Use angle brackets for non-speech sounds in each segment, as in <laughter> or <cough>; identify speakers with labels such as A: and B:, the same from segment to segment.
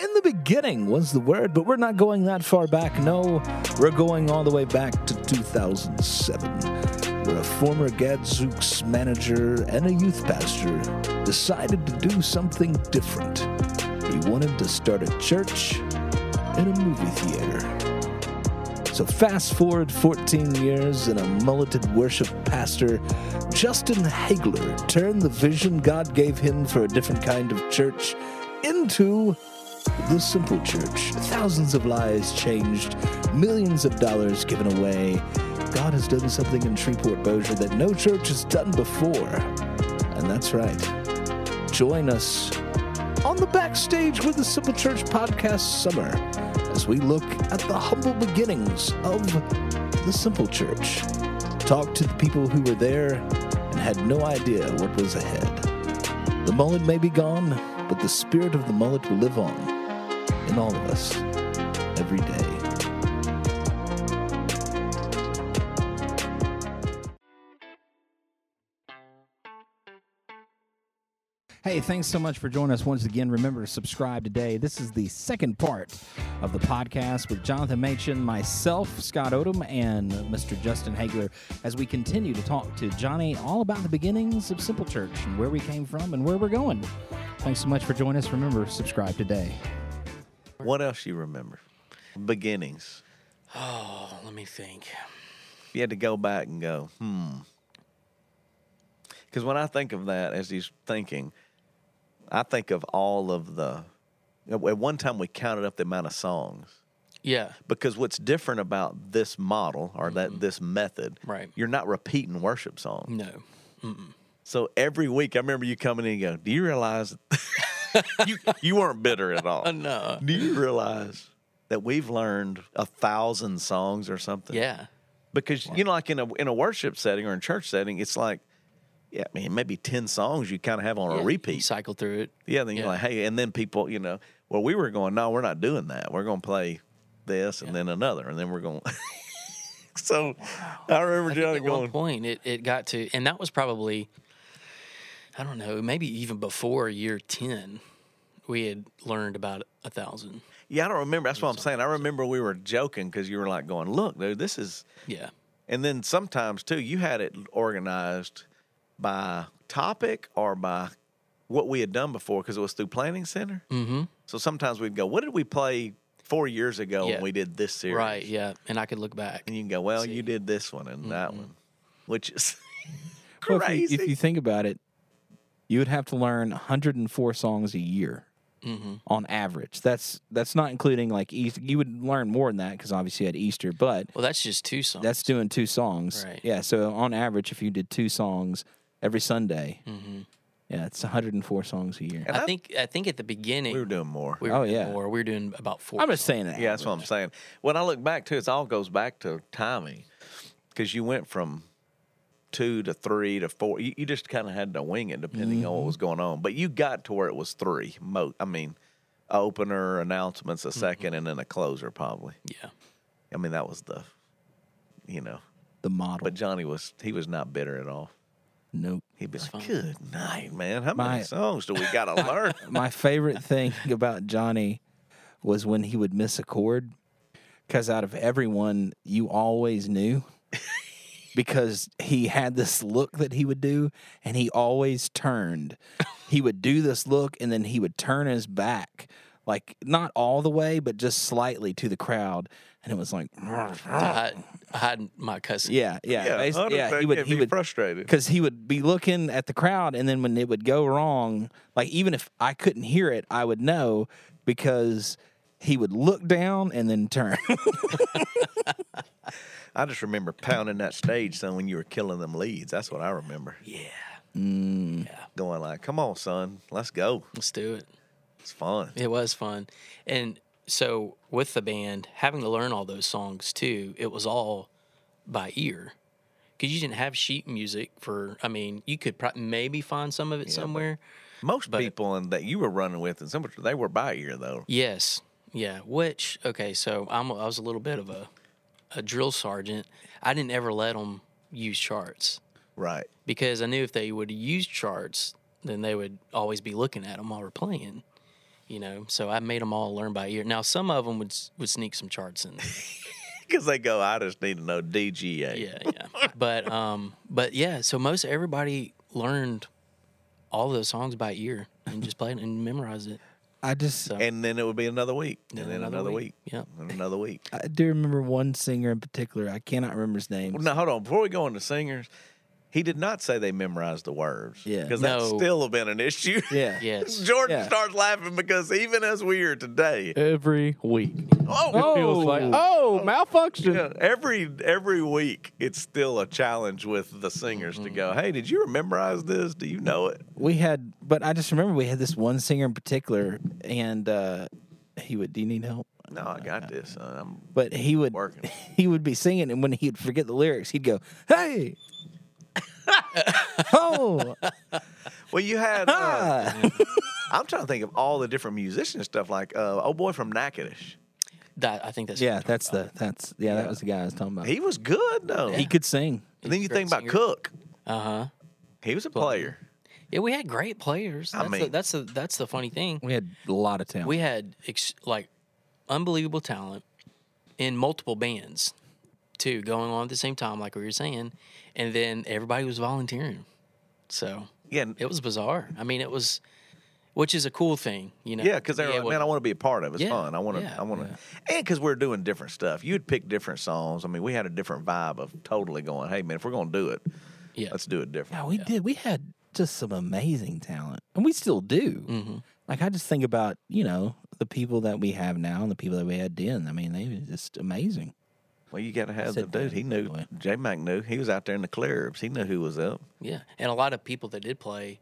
A: in the beginning was the word, but we're not going that far back. No, we're going all the way back to 2007, where a former Gadzooks manager and a youth pastor decided to do something different. He wanted to start a church and a movie theater. So, fast forward 14 years, and a mulleted worship pastor, Justin Hagler, turned the vision God gave him for a different kind of church into the simple church. Thousands of lives changed, millions of dollars given away. God has done something in Shreveport Bossier that no church has done before. And that's right. Join us on the backstage with the Simple Church Podcast Summer as we look at the humble beginnings of the Simple Church. Talk to the people who were there and had no idea what was ahead. The mullet may be gone, but the spirit of the mullet will live on in all of us every day.
B: Hey, thanks so much for joining us once again. Remember to subscribe today. This is the second part of the podcast with Jonathan Machin, myself, Scott Odom, and Mr. Justin Hagler as we continue to talk to Johnny all about the beginnings of Simple Church and where we came from and where we're going. Thanks so much for joining us. Remember, subscribe today.
C: What else you remember? Beginnings.
D: Oh, let me think.
C: If you had to go back and go, hmm. Because when I think of that, as he's thinking, I think of all of the. At one time, we counted up the amount of songs.
D: Yeah.
C: Because what's different about this model or mm-hmm. that this method,
D: right? Mm.
C: You're not repeating worship songs.
D: No. Mm-mm.
C: So every week, I remember you coming in and go, "Do you realize <laughs> you you weren't bitter at all?
D: <laughs> no.
C: Do you realize that we've learned a thousand songs or something?
D: Yeah.
C: Because wow. you know, like in a in a worship setting or in church setting, it's like, yeah, I mean, maybe ten songs you kind of have on
D: yeah,
C: a repeat.
D: cycle through it.
C: Yeah. Then you're yeah. like, hey, and then people, you know, well, we were going, no, we're not doing that. We're going to play this and yeah. then another, and then we're going. <laughs> so, wow. I remember I Johnny
D: at
C: going.
D: One point, it it got to, and that was probably. I don't know, maybe even before year 10, we had learned about a thousand.
C: Yeah, I don't remember. That's what I'm saying. I remember we were joking because you were like going, look, dude, this is.
D: Yeah.
C: And then sometimes too, you had it organized by topic or by what we had done before because it was through Planning Center.
D: Mm-hmm.
C: So sometimes we'd go, what did we play four years ago yeah. when we did this series?
D: Right, yeah. And I could look back.
C: And you can go, well, see. you did this one and mm-hmm. that one, which is crazy. Well,
B: if, you, if you think about it, you would have to learn 104 songs a year
D: mm-hmm.
B: on average. That's that's not including like East, you would learn more than that because obviously you had Easter, but
D: well, that's just two songs.
B: That's doing two songs,
D: right?
B: Yeah, so on average, if you did two songs every Sunday.
D: Mm-hmm.
B: Yeah, it's 104 songs a year.
D: I, I think I think at the beginning
C: we were doing more.
D: We were oh yeah, more. We were doing about four.
B: I'm just saying that.
C: Yeah, that's what I'm saying. When I look back to it all goes back to timing because you went from two to three to four. You, you just kind of had to wing it depending mm-hmm. on what was going on. But you got to where it was three. Mo- I mean, opener, announcements, a 2nd mm-hmm. and then a closer probably.
D: Yeah.
C: I mean, that was the, you know,
B: the model.
C: But Johnny was he was not bitter at all.
B: Nope.
C: He'd be That's like, fun. "Good night, man. How many my, songs do we got
B: <laughs>
C: to learn?"
B: my favorite thing about Johnny was when he would miss a chord, because out of everyone, you always knew. because he had this look that he would do and he always turned. he would do this look and then he would turn his back like not all the way but just slightly to the crowd and it was like <laughs>
D: hide, hide my cousin.
B: Yeah, yeah. Yeah, yeah he would he would
C: frustrated
B: cuz he would be looking at the crowd and then when it would go wrong, like even if I couldn't hear it, I would know because he would look down and then turn. <laughs>
C: I just remember pounding that stage, son, when you were killing them leads. That's what I remember.
D: Yeah.
B: Mm.
D: yeah.
C: Going like, come on, son, let's go.
D: Let's do it.
C: It's fun.
D: It was fun. And so with the band, having to learn all those songs too, it was all by ear. Because you didn't have sheet music for, I mean, you could pro- maybe find some of it yeah, somewhere.
C: Most but, people in, that you were running with, and some they were by ear though.
D: Yes, yeah, which okay, so I'm a, I was a little bit of a a drill sergeant. I didn't ever let them use charts.
C: Right.
D: Because I knew if they would use charts, then they would always be looking at them while we're playing. you know. So I made them all learn by ear. Now some of them would s- would sneak some charts in. there.
C: because they go, I just need to know DGA. <laughs>
D: yeah, yeah. But um, but yeah. So most everybody learned all those songs by ear and just played it and memorized it.
B: I just
C: And then it would be another week, and then another, week,
D: Yep.
C: and
B: <laughs>
C: another week.
B: I do remember one singer in particular. I cannot remember his name.
C: Well, now hold on. Before we go into singers, he did not say they memorized the words.
B: Yeah.
C: because
D: No.
C: that's still been an issue.
B: <laughs> Yeah.
C: <laughs>
D: Yes.
C: Jordan
B: Yeah.
C: starts laughing because even as we are today,
E: Every week.
C: oh,
E: It feels like, oh, malfunction.
C: yeah, <laughs> every every week it's still a challenge with the singers to go.
D: Mm-hmm.
C: Hey, did you memorize this? Do you know it?
B: We had, but I just remember we had this one singer in particular, and uh, he would. Do you need help?
C: No, I got this. son. I'm
B: But he would.
C: Working.
B: <laughs> He would be singing, and when he'd forget the lyrics, he'd go, "Hey, oh,
C: Well, you had.
D: <laughs>
C: Uh, <laughs> I'm trying to think of all the different musician stuff, like uh, oh boy from Natchitoches.
D: That I think that's what
B: yeah,
D: you're talking
B: that's the that's yeah, that was the guy I was talking about. He,
C: He was good though.
B: could sing.
C: and then you
D: great
C: think about
D: singer.
C: Cook.
D: about. Uh huh.
C: He was a player.
D: Yeah, we had great players.
C: I
D: That's the,
C: mean-
D: that's the that's the funny thing.
B: We had a lot of talent.
D: We had ex- like unbelievable talent in multiple bands too, going on at the same time, like we were saying, and then everybody was volunteering. So
C: Yeah, and-
D: it was bizarre. I mean, it was, which is a cool thing, you know.
C: yeah, because they
D: to
C: were
D: be
C: like,
D: able
C: man, I
D: to-
C: want to be a part of. it. It's
D: Yeah,
C: fun. I want to.
D: yeah,
C: I want to. And because we're doing different stuff, you'd pick different songs. I mean, we had a different vibe of totally going. Hey, man, if we're gonna do it,
D: yeah,
C: let's do it different.
B: Yeah, we did. We had just some amazing talent, and we still do. Like I just think about you know the people that we have now and the people that we had then. I mean, they were just amazing.
C: Well, you got to have the
B: said
C: dude.
B: that
C: He knew.
B: anyway.
C: J Mac knew. He was out there in the clearbs. He knew who was up.
D: yeah, and a lot of people that did play,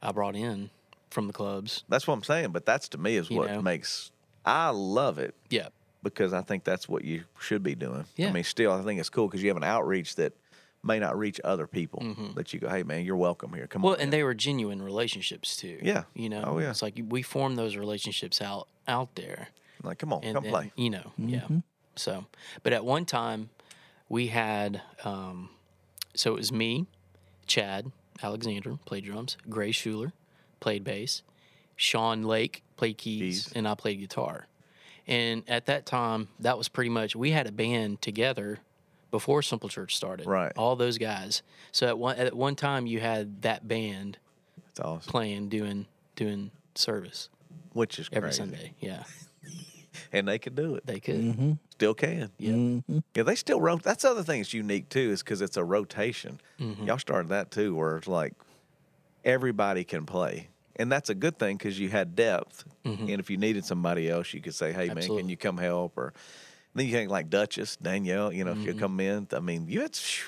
D: I brought in from the clubs.
C: That's what I'm saying. But that's to me is
D: You
C: what
D: know.
C: makes. I love it.
D: Yeah,
C: because I think that's what you should be doing. I
D: Yeah.
C: mean, still, I think it's cool because you have an outreach that may not reach other people. That you go, hey man, you're welcome here. Come
D: Mm-hmm. well,
C: on.
D: and they were genuine relationships too.
C: Yeah.
D: you know.
C: Oh, yeah.
D: It's like we form those relationships out out there.
C: like, come on,
D: and
C: come
D: then,
C: play. Mm-hmm.
D: You know, yeah. So, but at one time, we had um, so it was me, Chad Alexander played drums, Gray Schuler played bass, Sean Lake played keys,
C: Keys.
D: and I played guitar. And at that time, that was pretty much we had a band together before Simple Church started.
C: Right.
D: all those guys. So at one at one time, you had that band
C: It's awesome.
D: playing, doing doing service
C: Which is
D: every
C: crazy.
D: Sunday. Yeah,
C: And they could do it.
D: they could.
C: Still can. Yeah.
B: Mm-hmm.
C: Yeah. They still wrote. That's the other thing that's unique too is because it's a rotation.
B: Mm-hmm.
C: Y'all started that too, where it's like everybody can play. And that's a good thing because you had depth.
B: Mm-hmm.
C: And if you needed somebody else, you could say, hey, man, can
D: Absolutely.
C: you come help? Or then you think like Duchess, Danielle, you know, if you
B: Mm-hmm.
C: come in. I mean, you had. phew.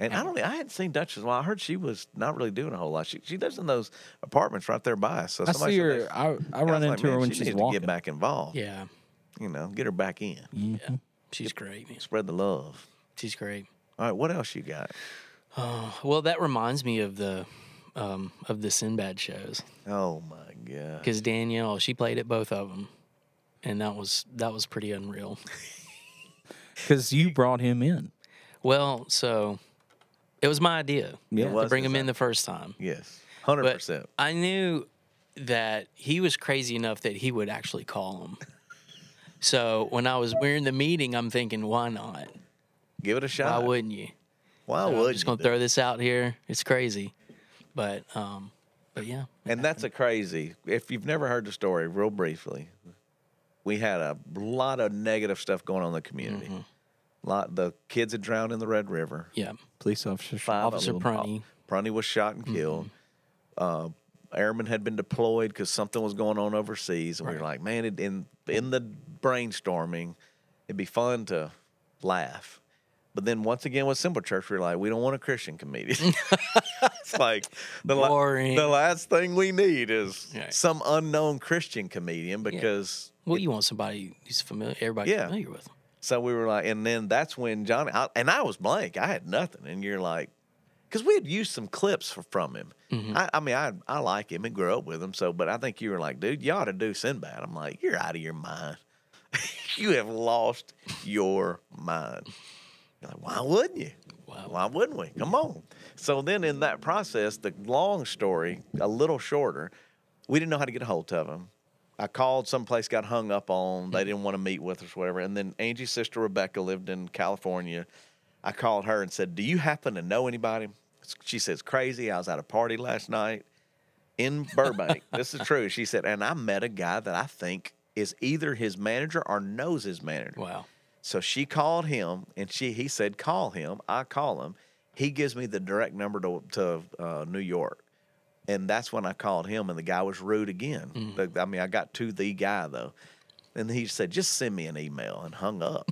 C: And I don't. I hadn't seen Duchess. in a while. I heard she was not really doing a whole lot. She she lives in those apartments right there by us. So
B: I
C: somebody
B: see
C: said
B: her.
C: that-
B: I, I
C: I
B: run
C: was like,
B: into her
C: "Man,
B: when
C: she
B: she's
C: needs to
B: walking.
C: get back involved.
D: Yeah.
C: You know, get her back in.
D: Yeah. She's great, man.
C: Spread the love.
D: She's great.
C: All right, what else you got?
D: Well, that reminds me of the um, of the Sinbad shows
C: Oh my god.
D: because Danielle she played at both of them, and that was that was pretty <laughs> unreal.
B: because you brought him in.
D: Well, so it was my idea
B: Yeah.
D: to
C: was
D: bring
C: his
D: him in the first time,
C: Yes. Hundred
D: but
C: percent.
D: I knew that he was crazy enough that he would actually call him. So when I was we're in the meeting, I'm thinking, why not?
C: Give it a
D: Why
C: shot.
D: wouldn't you?
C: Why
D: So I'm
C: would
D: just
C: you
D: gonna
C: do
D: throw this out here. It's crazy, but um, but yeah,
C: it? And that's a crazy. If you've never heard the story, real briefly, we had a lot of negative stuff going on in the community.
D: Mm-hmm.
C: Lot the kids had drowned in the Red River.
D: yeah.
B: Police officer.
C: Five of
D: Officer
C: them.
D: Prunty.
C: Prunty was shot and killed.
D: Mm-hmm.
C: Uh, airmen had been deployed because something was going on overseas, and we were like, man, it, in in the brainstorming, it'd be fun to laugh. But then once again with Simple Church, we were like, we don't want a Christian
D: <laughs>
C: comedian. it's like the, la-
D: Boring.
C: the last thing we need is
D: Right.
C: some unknown Christian comedian because
D: Well, you want somebody who's familiar, everybody's
C: Yeah.
D: familiar with.
C: so we were like, and then that's when Johnny I, and I was blank. I had nothing, and you're like, because we had used some clips for, from him. I, I mean, I I like him and grew up with him. So, but I think you were like, dude, you ought to do Sinbad. I'm like, you're out of your mind. <laughs> you have lost your mind. You're like, why wouldn't you?
D: Wow.
C: Why wouldn't we? Come on. So then, in that process, the long story, a little shorter, We didn't know how to get a hold of him. I called someplace, got hung up on. They didn't want to meet with us, or whatever. And then Angie's sister Rebecca lived in California. I called her and said, "Do you happen to know anybody?" She says, "Crazy. I was at a party last night in Burbank. this is true." She said, "And I met a guy that I think is either his manager or knows his manager."
D: Wow.
C: So she called him, and she he said, "Call him." I call him. He gives me the direct number to to uh, New York, and that's when I called him. And the guy was rude again. The- I mean, I got to the guy though, and he said, "Just send me an email," and hung up.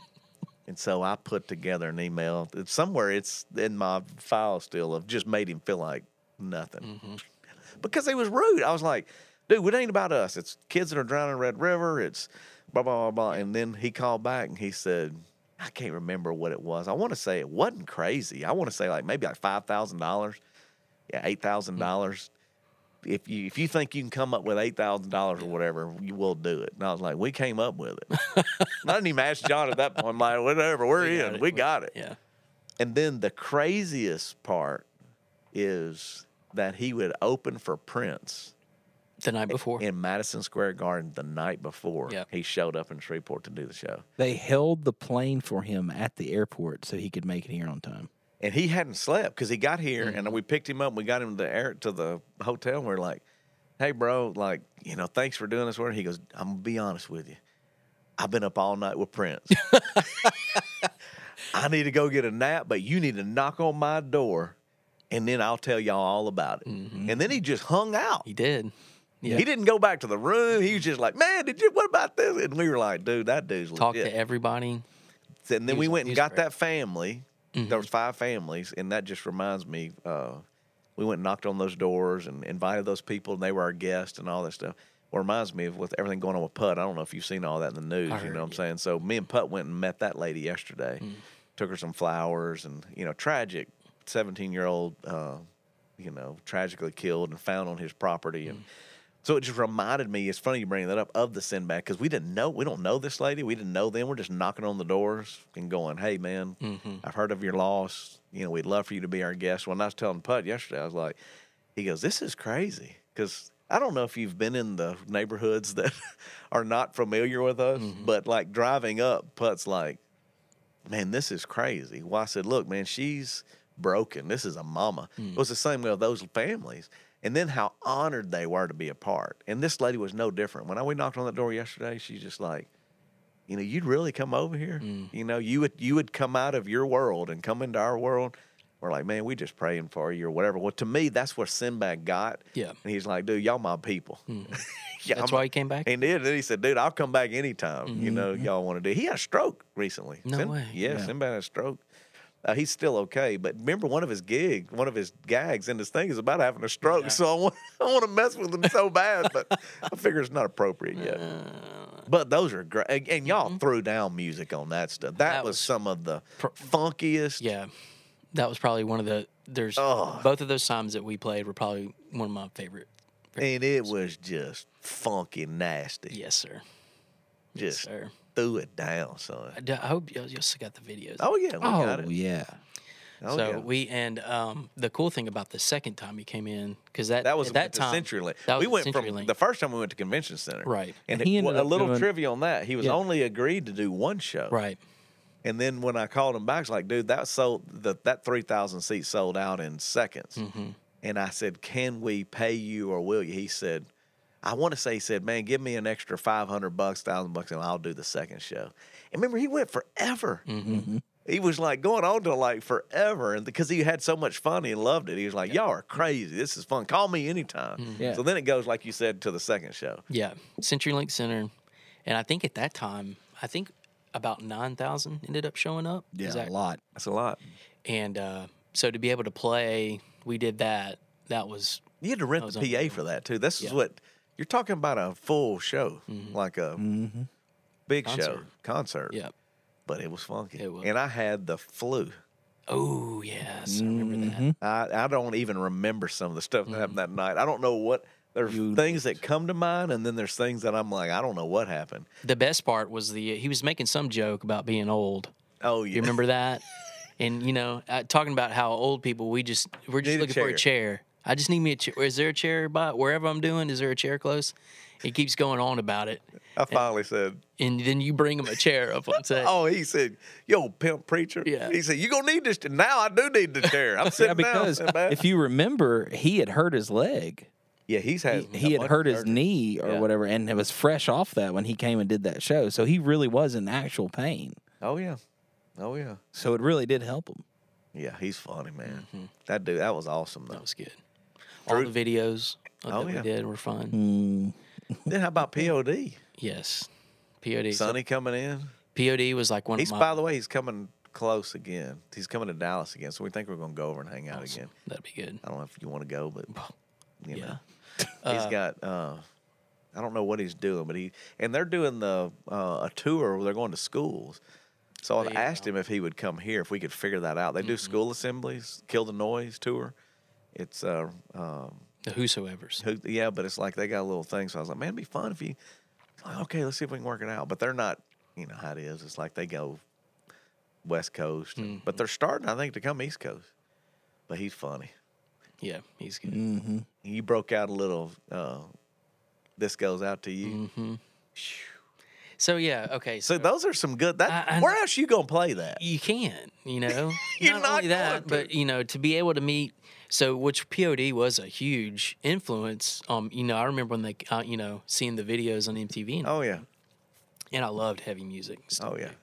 C: and so I put together an email. It's somewhere. It's in my file still. Of just made him feel like nothing because they was rude. I was like, dude, it ain't about us. It's kids that are drowning in Red River. It's blah blah blah blah. And then he called back and he said, I can't remember what it was. I want to say it wasn't crazy. I want to say like maybe like five thousand dollars, yeah, eight thousand dollars. If you if you think you can come up with eight thousand dollars or whatever, you will do it. And I was like, we came up with it. <laughs> And I didn't even ask John at that point. I'm like, whatever, we're
D: We got
C: in,
D: it.
C: we got it.
D: Yeah.
C: And then the craziest part is that he would open for Prince
D: The night before.
C: in Madison Square Garden the night before
D: Yep.
C: he showed up in Shreveport to do the show.
B: They held the plane for him at the airport so he could make it here on time.
C: And he hadn't slept because he got here and we picked him up and we got him to the air to the hotel and we are like, Hey bro, like, you know, thanks for doing this work. He goes, I'm gonna be honest with you. I've been up all night with Prince. I need to go get a nap, but you need to knock on my door and then I'll tell y'all all about it. And then he just hung out.
D: He did. Yeah.
C: He didn't go back to the room. He was just like, "Man, did you? What about this?" And we were like, "Dude, that dude's
D: Talked
C: legit."
D: to everybody.
C: and then
D: He
C: we
D: was-
C: went and
D: he was
C: got
D: great. Mm-hmm.
C: that family. There was five families, and that just reminds me. Uh, we went and knocked on those doors and invited those people, and they were our guests and all that stuff. Well, reminds me of with everything going on with Putt. I don't know if you've seen all that in the news. You
D: heard, Mm.
C: know what I'm saying? So me and Putt went and met that lady yesterday. Took her some flowers, and you know, tragic. 17 year old, uh, you know, tragically killed and found on his property,
D: Mm.
C: and. So it just reminded me. It's funny you bring that up of the Sinbad because we didn't know. We don't know this lady. We didn't know them. We're just knocking on the doors and going, "Hey, man, I've heard of your loss. You know, we'd love for you to be our guest." When I was telling Putt yesterday, I was like, "He goes, this is crazy because." I don't know if you've been in the neighborhoods <laughs> that are not familiar with us, but like driving up, Putt's like, man, this is crazy. Well, I said, look, man, she's broken. This is a mama.
D: Hmm.
C: It was the same way with those families. And then how honored they were to be a part. And this lady was no different. When I we knocked on that door yesterday, she's just like, you know, you'd really come over here.
D: Hmm.
C: You know, you would you would come out of your world and come into our world. We're like, man, we just praying for you or whatever. Well, to me, that's what Sinbad got.
D: Yeah. Hmm.
C: And he's like, dude, <laughs> y'all my people. yeah,
D: That's
C: I'm-
D: why he came back.
C: and then, then he said, "Dude, I'll come back anytime. You know, y'all want to do." He had a stroke recently.
D: Mm-hmm, No
C: Sin-
D: way.
C: Yeah, Sinbad had a stroke. Uh, he's still okay, but remember one of his gig, one of his gags in this thing is about having a stroke. So I want, <laughs> I want to mess with him so bad, but I figure it's not appropriate yet.
D: Uh.
C: but those are great, and, and y'all threw down music on that stuff. That,
D: Mm-hmm. That
C: was,
D: was
C: some of the funkiest.
D: Yeah. That was probably one of the there's
C: Oh.
D: both of those times that we played were probably one of my favorite.
C: and it was just funky nasty.
D: Yes, sir.
C: just
D: sir.
C: threw it down, son.
D: I, d- I hope y'all y'all still got the videos.
C: Oh yeah, we got it.
B: yeah.
C: Oh,
D: so
C: yeah.
D: we and um, the cool thing about the second time he came in because that
C: That was
D: at
C: that
D: that
C: the
D: time
C: CenturyLink.
D: that
C: we
D: was
C: went from
D: CenturyLink.
C: the first time we went to convention center,
D: Right.
C: And,
B: And he
C: it-
B: ended
C: well, a
B: up
C: little
B: doing-
C: trivia on that. He was
B: Yeah.
C: only agreed to do one show,
D: right
C: And then when I called him back, it's like, dude, that sold that that three thousand seats sold out in seconds. And I said, can we pay you or will you? He said, I want to say he said, man, give me an extra five hundred bucks, thousand bucks, and I'll do the second show. And remember, he went forever. He was like going on to like forever, and because he had so much fun, he loved it. He was like, "Y'all are crazy. This is fun. Call me anytime."
B: Yeah.
C: So then it goes like you said to the second show.
D: yeah CenturyLink Center, and I think at that time I think about nine thousand ended up showing up. Is that-
B: a lot.
C: That's a lot.
D: And uh, so to be able to play, we did that. That was
C: You had to rent
D: was
C: the PA for that too. This is
D: Yeah. Mm-hmm.
C: what you're talking about a full show, like a
B: Mm-hmm.
C: big show
D: Concert.
C: concert.
D: yeah.
C: but it was funky.
D: It was.
C: And I had the flu.
D: Oh yes, I remember that.
C: I, I don't even remember some of the stuff that happened that
D: Mm-hmm.
C: night. I don't know what there's things that come to mind, and then there's things that I'm like, I don't know what happened.
D: The best part was the he was making some joke about being old.
C: Oh, yeah.
D: You remember that? and you know, uh, talking about how old people we just we're just
C: Need a
D: looking for a chair. I just need me a chair. Is there a chair by wherever I'm doing? Is there a chair close? He keeps going on about it,
C: I finally said,
D: and then you bring him a chair up on set.
C: "Oh," he said, "Yo, pimp preacher."
D: Yeah.
C: He said, "You gonna need this." Now I do
D: <laughs>
C: need the chair. I'm
B: Yeah,
C: sitting
B: because
C: down. man.
B: if you remember, he had hurt his leg.
C: yeah, he's had
B: He had hurt his knee or
C: Yeah.
B: whatever, and it was fresh off that when he came and did that show. So he really was in actual pain.
C: Oh yeah, oh yeah,
B: So it really did help him.
C: yeah. He's funny, man. That dude, that was awesome though.
D: That was good. All the videos
C: Oh,
D: that
C: yeah.
D: we did were fun.
C: then how about Pod?
D: Yes, POD. So
C: Sonny coming in.
D: POD was like one
C: He's
D: of my.
C: by the way, he's coming close again. He's coming to Dallas again, so we think we're gonna go over and hang out again.
D: That'd be good.
C: I don't know if you want to go, but you know, <laughs> he's got. Uh, I don't know what he's doing, but he and they're doing the uh, a tour where they're going to schools. So I've asked him if he would come here if we could figure that out. They do school assemblies, Kill the Noise tour. It's uh, um,
D: The whosoever's.
C: who- yeah, but it's like they got a little thing. So I was like, man, it'd be fun if you. Like, okay, let's see if we can work it out. But they're not, you know how it is. It's like they go West Coast, but
D: Mm-hmm.
C: they're starting, I think, to come East Coast. But he's funny.
D: Yeah, he's good.
C: You broke out a little. Uh, this goes out to you.
D: So Mm-hmm. yeah, okay. So
C: So those are some good. That
D: I- I-
C: where else you gonna play that?
D: you can, you know,
C: <laughs> You're not
D: only that,
C: going to.
D: but you know, to be able to meet. So which POD was a huge influence. Um, you know, I remember when they, uh, you know, seeing the videos on MTV, and,
C: Oh yeah,
D: and I loved heavy music. and stuff
C: oh yeah.
D: like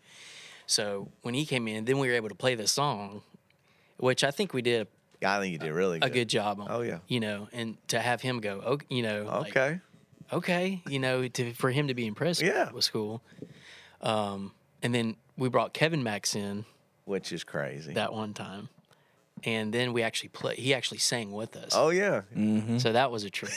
D: So when he came in, then we were able to play this song, which I think we did
C: I think you did really
D: a
C: good.
D: good job on.
C: Oh, yeah.
D: You know, and to have him go, oh, you know, like,
C: Okay,
D: okay, you know, to, for him to be impressed,
C: Yeah.
D: was cool. Um, and then we brought Kevin Max in
C: which is crazy.
D: that one time, and then we actually play. He actually sang with us,
C: oh yeah,
D: so that was a trip.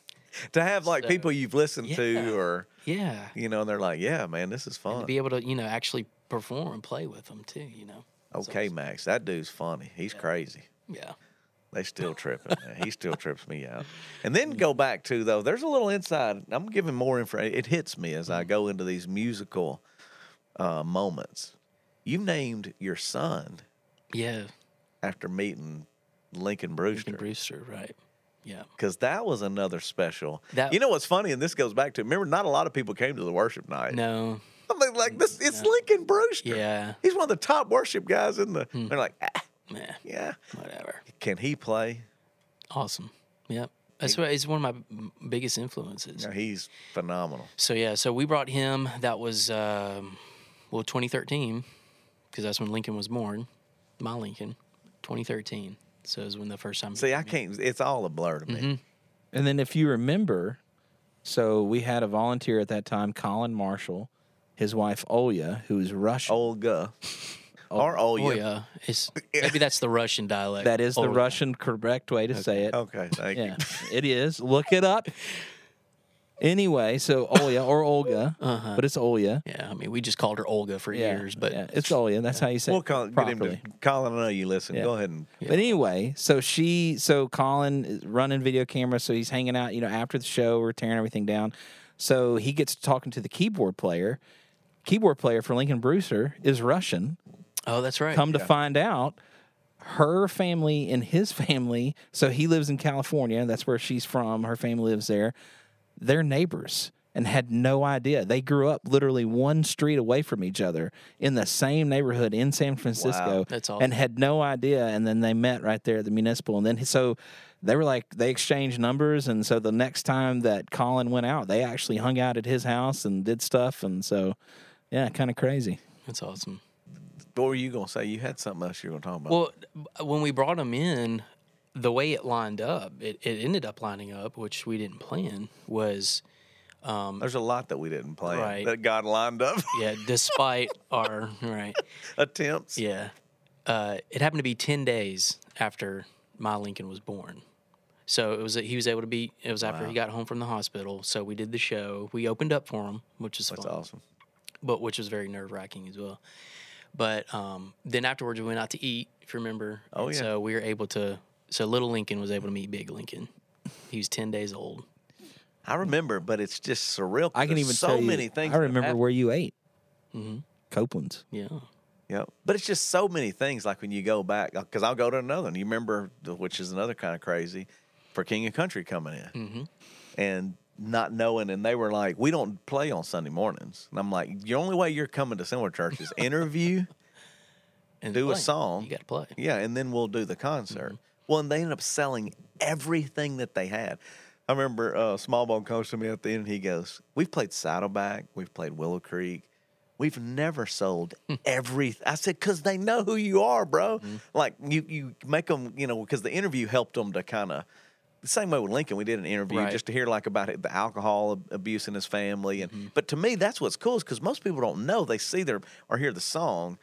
C: <laughs> to have like
D: Mm-hmm. So-
C: people you've listened
D: Yeah.
C: to, or
D: yeah,
C: you know, and they're like, yeah, man, this is fun.
D: to be able to you know actually perform and play with him too, you know. So,
C: Okay, Max, that dude's funny. He's crazy.
D: yeah.
C: They
D: <laughs>
C: still tripping. man. He still trips me out. And
D: Mm.
C: then go back to though. There's a little inside. I'm giving more info. It hits me as
D: Mm-hmm.
C: I go into these musical uh, moments. You named your son
D: Yeah.
C: after meeting Lincoln
D: Lincoln
C: Brewster
D: Brewster, right. Yeah.
C: because that was another special.
D: That-
C: you know what's funny, and this goes back to remember. Not a lot of people came to the worship night.
D: No.
C: I'm like, like this. It's Lincoln Brewster.
D: Yeah. Hmm.
C: he's one of the top worship guys in the. They're like, ah,
D: Nah,
C: yeah.
D: whatever.
C: Can he play?
D: Awesome. Yeah. That's what it's one of my m- biggest influences.
C: No, he's phenomenal.
D: So yeah, so we brought him. That was um, well 2013 because that's when Lincoln was born. My Lincoln, 2013. So it was when the first time.
C: See, I can't. It's all a blur to me.
B: Mm-hmm. And then if you remember, so we had a volunteer at that time, Colin Marshall, his wife Olya, who is
C: Oh,
B: Russian. Oh,
C: Olga, or Olya.
D: oh yeah,
B: <laughs>
D: it's maybe that's the Russian dialect.
B: that is the
D: Olga.
B: Russian correct way to say it.
C: Okay, Oh. thank
B: Yeah,
C: you.
B: it is. Look it up. Anyway, so Olya or
C: <laughs>
B: Olga,
C: Uh-huh.
B: but it's Olya.
D: Yeah, I mean we just called her Olga for
B: Yeah,
D: years, but
B: yeah, it's Olya. That's how you say
C: We'll
B: it
C: call, get him
B: properly.
C: to Colin. I know you listen. Go ahead and
B: But anyway, so she, so Colin is running video camera, so he's hanging out, you know, after the show, we're tearing everything down. So he gets to talking to the keyboard player. Keyboard player for Lincoln Brewster is Russian.
D: oh that's right.
B: Come to find out, her family and his family, so he lives in California, that's where she's from, her family lives there. They're neighbors and had no idea. They grew up literally one street away from each other in the same neighborhood in San Francisco
D: That's awesome.
B: and had no idea. And then they met right there at the municipal. And then so they were like, they exchanged numbers. And so the next time that Colin went out, they actually hung out at his house and did stuff. And so, yeah, kind of crazy.
D: That's awesome.
C: what were you gonna say? You had something else you were gonna talk about.
D: Well, b- when we brought him in, the way it lined up, it, it ended up lining up, which we didn't plan, was
C: There's a lot that we didn't play
D: Right.
C: that God lined up <laughs>
D: yeah, despite <laughs> our right,
C: attempts.
D: yeah, uh, it happened to be ten days after my Lincoln was born, so it was he was able to be. It was after he got home from the hospital, so we did the show. We opened up for him, which is
C: That's
D: fun.
C: awesome.
D: but which was very nerve wracking as well. But um, then afterwards, we went out to eat, if you remember.
C: Oh,
D: And
C: yeah.
D: So we were able to. So little Lincoln was able to meet big Lincoln. He was ten days old.
C: I remember, but it's just surreal. 'cause
B: I can
C: there's
B: even
C: so
B: tell you,
C: many things.
B: I
C: that Mm-hmm.
B: remember
C: happened.
B: where you ate. Copeland's.
D: Yeah.
C: Yep. But it's just so many things. Like when you go back, because I'll go to another one. You remember, the- which is another kind of crazy. for King of Country coming in, and not knowing. And they were like, "We don't play on Sunday mornings." And I'm like, "The only way you're coming to Similar Church is interview,
D: And
C: do a
D: play.
C: song,
D: You got to play.
C: <laughs> yeah, and then we'll do the concert." Well, and they ended up selling everything that they had. I remember uh, Smallbone comes to me at the end, and he goes, "We've played Saddleback, we've played Willow Creek." We've never sold everything. I said, because they know who you are, bro. Like you, you make them, you know, because the interview helped them to kind of. The same way with Lincoln, we did an interview
D: Right.
C: just to hear like about it, the alcohol ab- abuse in his family,
D: Mm-hmm.
C: and but to me, that's what's cool is because most people don't know they see their or hear the song,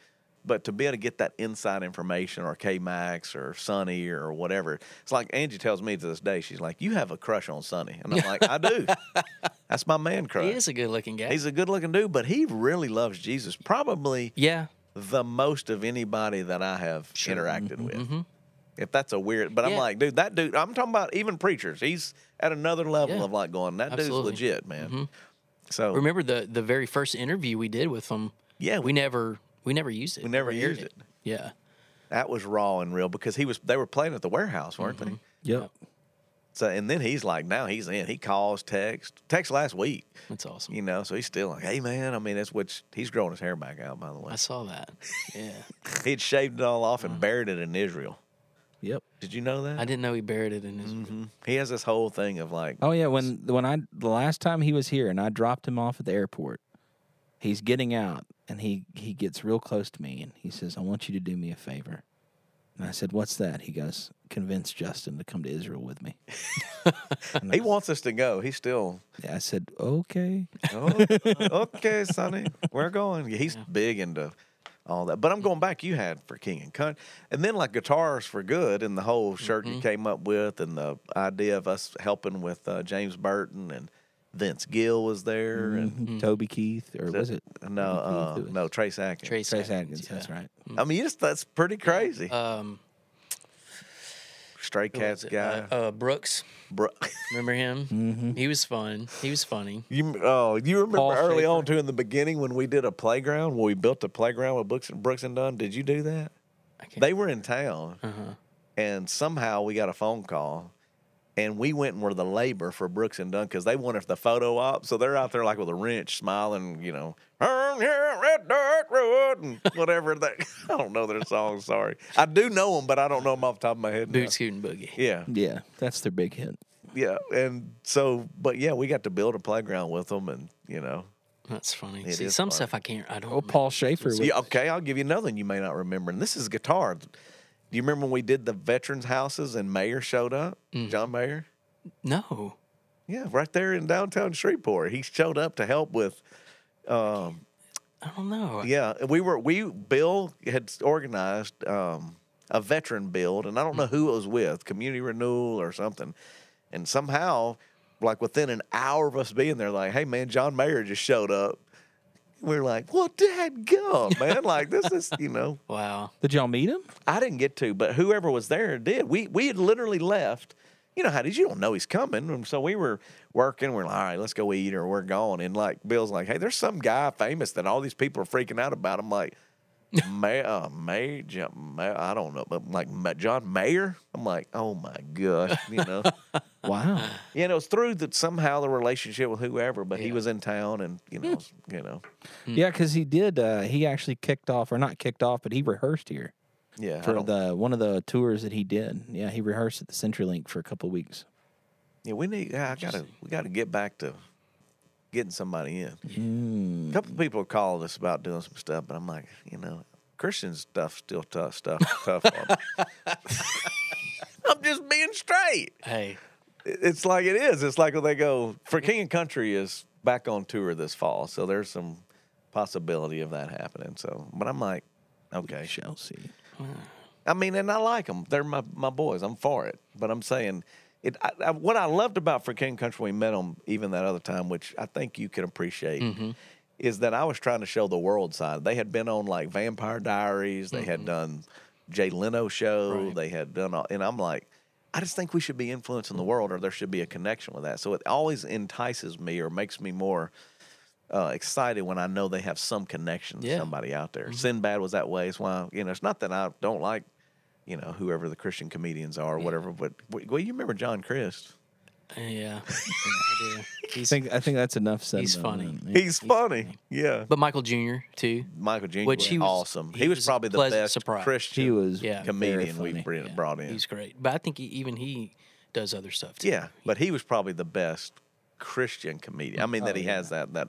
C: but to be able to get that inside information or K Max or Sonny or whatever, it's like Angie tells me to this day, she's like, "You have a crush on Sonny," and I'm like, "I
D: <laughs>
C: do." That's my man crush.
D: He is a good looking guy.
C: He's a good looking dude, but he really loves Jesus. Probably
D: yeah.
C: the most of anybody that I have interacted with. If that's a weird, but I'm
D: Mm-hmm. Yeah.
C: like, dude, that dude, I'm talking about even preachers. He's at another level
D: Yeah.
C: of like going, that
D: Absolutely. Mm-hmm.
C: dude's legit, man. So
D: Remember the the very first interview we did with him?
C: Yeah,
D: We,
C: we-
D: never we never used it.
C: we never
D: aired
C: used it.
D: Yeah.
C: That was raw and real because he was, they were playing at the warehouse, weren't
D: Mm-hmm.
C: they?
B: Yep.
C: So, and then he's like, now he's in. He calls, text, text last week,
D: That's awesome.
C: you know, so he's still like, hey, man. I mean, that's which he's growing his hair back out, by the way.
D: I saw that. Yeah.
C: He'd shaved it all off and buried it in Israel.
B: Yep.
C: Did you know that?
D: Uh-huh. I didn't know he buried it in his
C: He has this whole thing of like,
B: Oh yeah, when when I the last time he was here and I dropped him off at the airport, he's getting out and he he gets real close to me and he says, "I want you to do me a favor." And I said, "What's that?" He goes, "Convince Justin to come to Israel with
C: <laughs>
B: me."
C: he wants us to go. He's still
B: Yeah, I said, "Okay."
C: Oh, okay, Sonny, we're going. Yeah, He's big into all that. But I'm going back. You had for King and Cunt, and then like guitars for good, and the whole shirt you came up with, and the idea of us helping with uh, James Burton and Vince Gill was there, and
B: Toby Keith or was it
C: no, uh,
B: Keith was-
C: no Trace Atkins.
D: Trace,
B: Trace
D: Atkins,
B: Atkins? That's
D: yeah.
B: right.
C: I mean, you just, that's pretty crazy.
D: Um,
C: Stray Cats
D: uh,
C: guy.
D: uh, Brooks.
C: Bro-
D: Remember him?
C: Mm-hmm.
D: He was fun. He was funny.
C: You oh, you remember
B: Paul
C: early
B: Schaefer.
C: on too in the beginning when we did a playground, when we built a playground with Brooks and Brooks and Dunn. Did you do that?
D: I can't-
C: They were in town,
B: Uh-huh.
C: and somehow we got a phone call, and we went and were the labor for Brooks and Dunn because they wanted the photo op. So they're out there like with a wrench, smiling, you know, "I'm here at Dark Road
B: <laughs>
C: and whatever. They, <laughs> I don't know their songs. Sorry, I do know them, but I don't know them off the top of my head. now.
D: <laughs> Boots Hootin' Boogie.
C: Yeah,
B: Yeah, that's their big hit.
C: yeah, and so, but yeah, we got to build a playground with them, and you know.
D: That's funny.
C: It
D: See,
C: is
D: some
C: funny.
D: stuff I can't. I don't.
B: Oh, Paul Schaefer. Was,
C: Yeah, okay, I'll give you another one you may not remember. And this is guitar. Do you remember when we did the veterans houses and Mayor showed up? John Mayer?
D: No.
C: Yeah, right there in downtown Shreveport. He showed up to help with
D: I don't know.
C: yeah, we were we Bill had organized um, a veteran build, and I don't know who it was with, community renewal or something, and somehow, like within an hour of us being there, like, hey man, John Mayer just showed up. We are like, well, dad, go, man. Like, this is, you know,
D: Wow.
B: Did y'all meet
C: <laughs>
B: him?
C: I didn't get to, but whoever was there did. We we had literally left. You know how did you don't know he's coming? And so we were working. We're like, all right, let's go eat, or we're gone. And like Bill's like, hey, there's some guy famous that all these people are freaking out about. I'm like, May, uh, May, John, May, I don't know, but like Ma- John Mayer. I'm like, oh my gosh, you know.
B: Wow.
C: yeah, and it was through that somehow the relationship with whoever, but he was in town, and you know, you know,
D: Hmm.
B: Yeah, because he did. Uh, he actually kicked off, or not kicked off, but he rehearsed here
C: yeah. I
B: for
D: Oh.
C: don't-
B: the one of the tours that he did. Yeah, he rehearsed at the CenturyLink for a couple of weeks.
C: Yeah, we need. Yeah, I gotta. We gotta get back to getting somebody in. A couple of people called us about doing some stuff, but I'm like, you know, Christian stuff still tough stuff tough. on me. <laughs> I'm just being straight.
D: Hey,
C: It- It's like it is. It's like when they go for King and Country is back on tour this fall, so there's some possibility of that happening. So, but I'm like, okay,
B: Shall see.
C: I mean, and I like them. They're my, my boys. I'm for it. But I'm saying, it. I, I, what I loved about For King Country, we met them even that other time, which I think you can appreciate, is that I was trying to show the world side. They had been on like Vampire Diaries. They had done Jay Leno show. They had done, all, and I'm like, I just think we should be influencing the world, or there should be a connection with that. So it always entices me or makes me more uh, excited when I know they have some connection to
D: Yeah.
C: somebody out there. Sinbad was that way. It's why you know it's not that I don't like you know, whoever the Christian comedians are, or whatever. But well, you remember John Christ? <laughs>
D: Yeah, I do.
B: I
D: He's,
B: think I think that's enough said.
D: He's
B: about
D: funny.
B: that.
C: He's funny. Yeah.
D: but Michael Jr. too.
C: Michael Jenkins
D: Which
C: was,
D: he was-
C: awesome. He,
D: he
C: was,
D: was a
C: probably the
D: pleasant
C: best
D: surprise.
C: Christian
B: He was very
D: Yeah.
C: comedian
B: funny.
C: we br- brought in.
D: He's great, but I think he, even he does other stuff too.
C: Yeah, but he was probably the best Christian comedian. I mean, that he has that that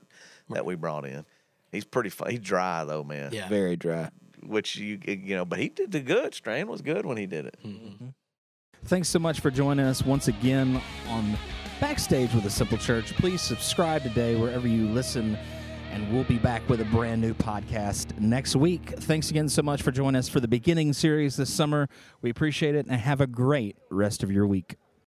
C: that we brought in. He's pretty fun. He's dry though, man.
D: yeah.
B: very dry.
C: Which you you know, but he did the good. Strain was good when he did it.
A: Thanks so much for joining us once again on Backstage with a Simple Church. Please subscribe today wherever you listen, and we'll be back with a brand new podcast next week. Thanks again so much for joining us for the beginning series this summer. We appreciate it, and have a great rest of your week.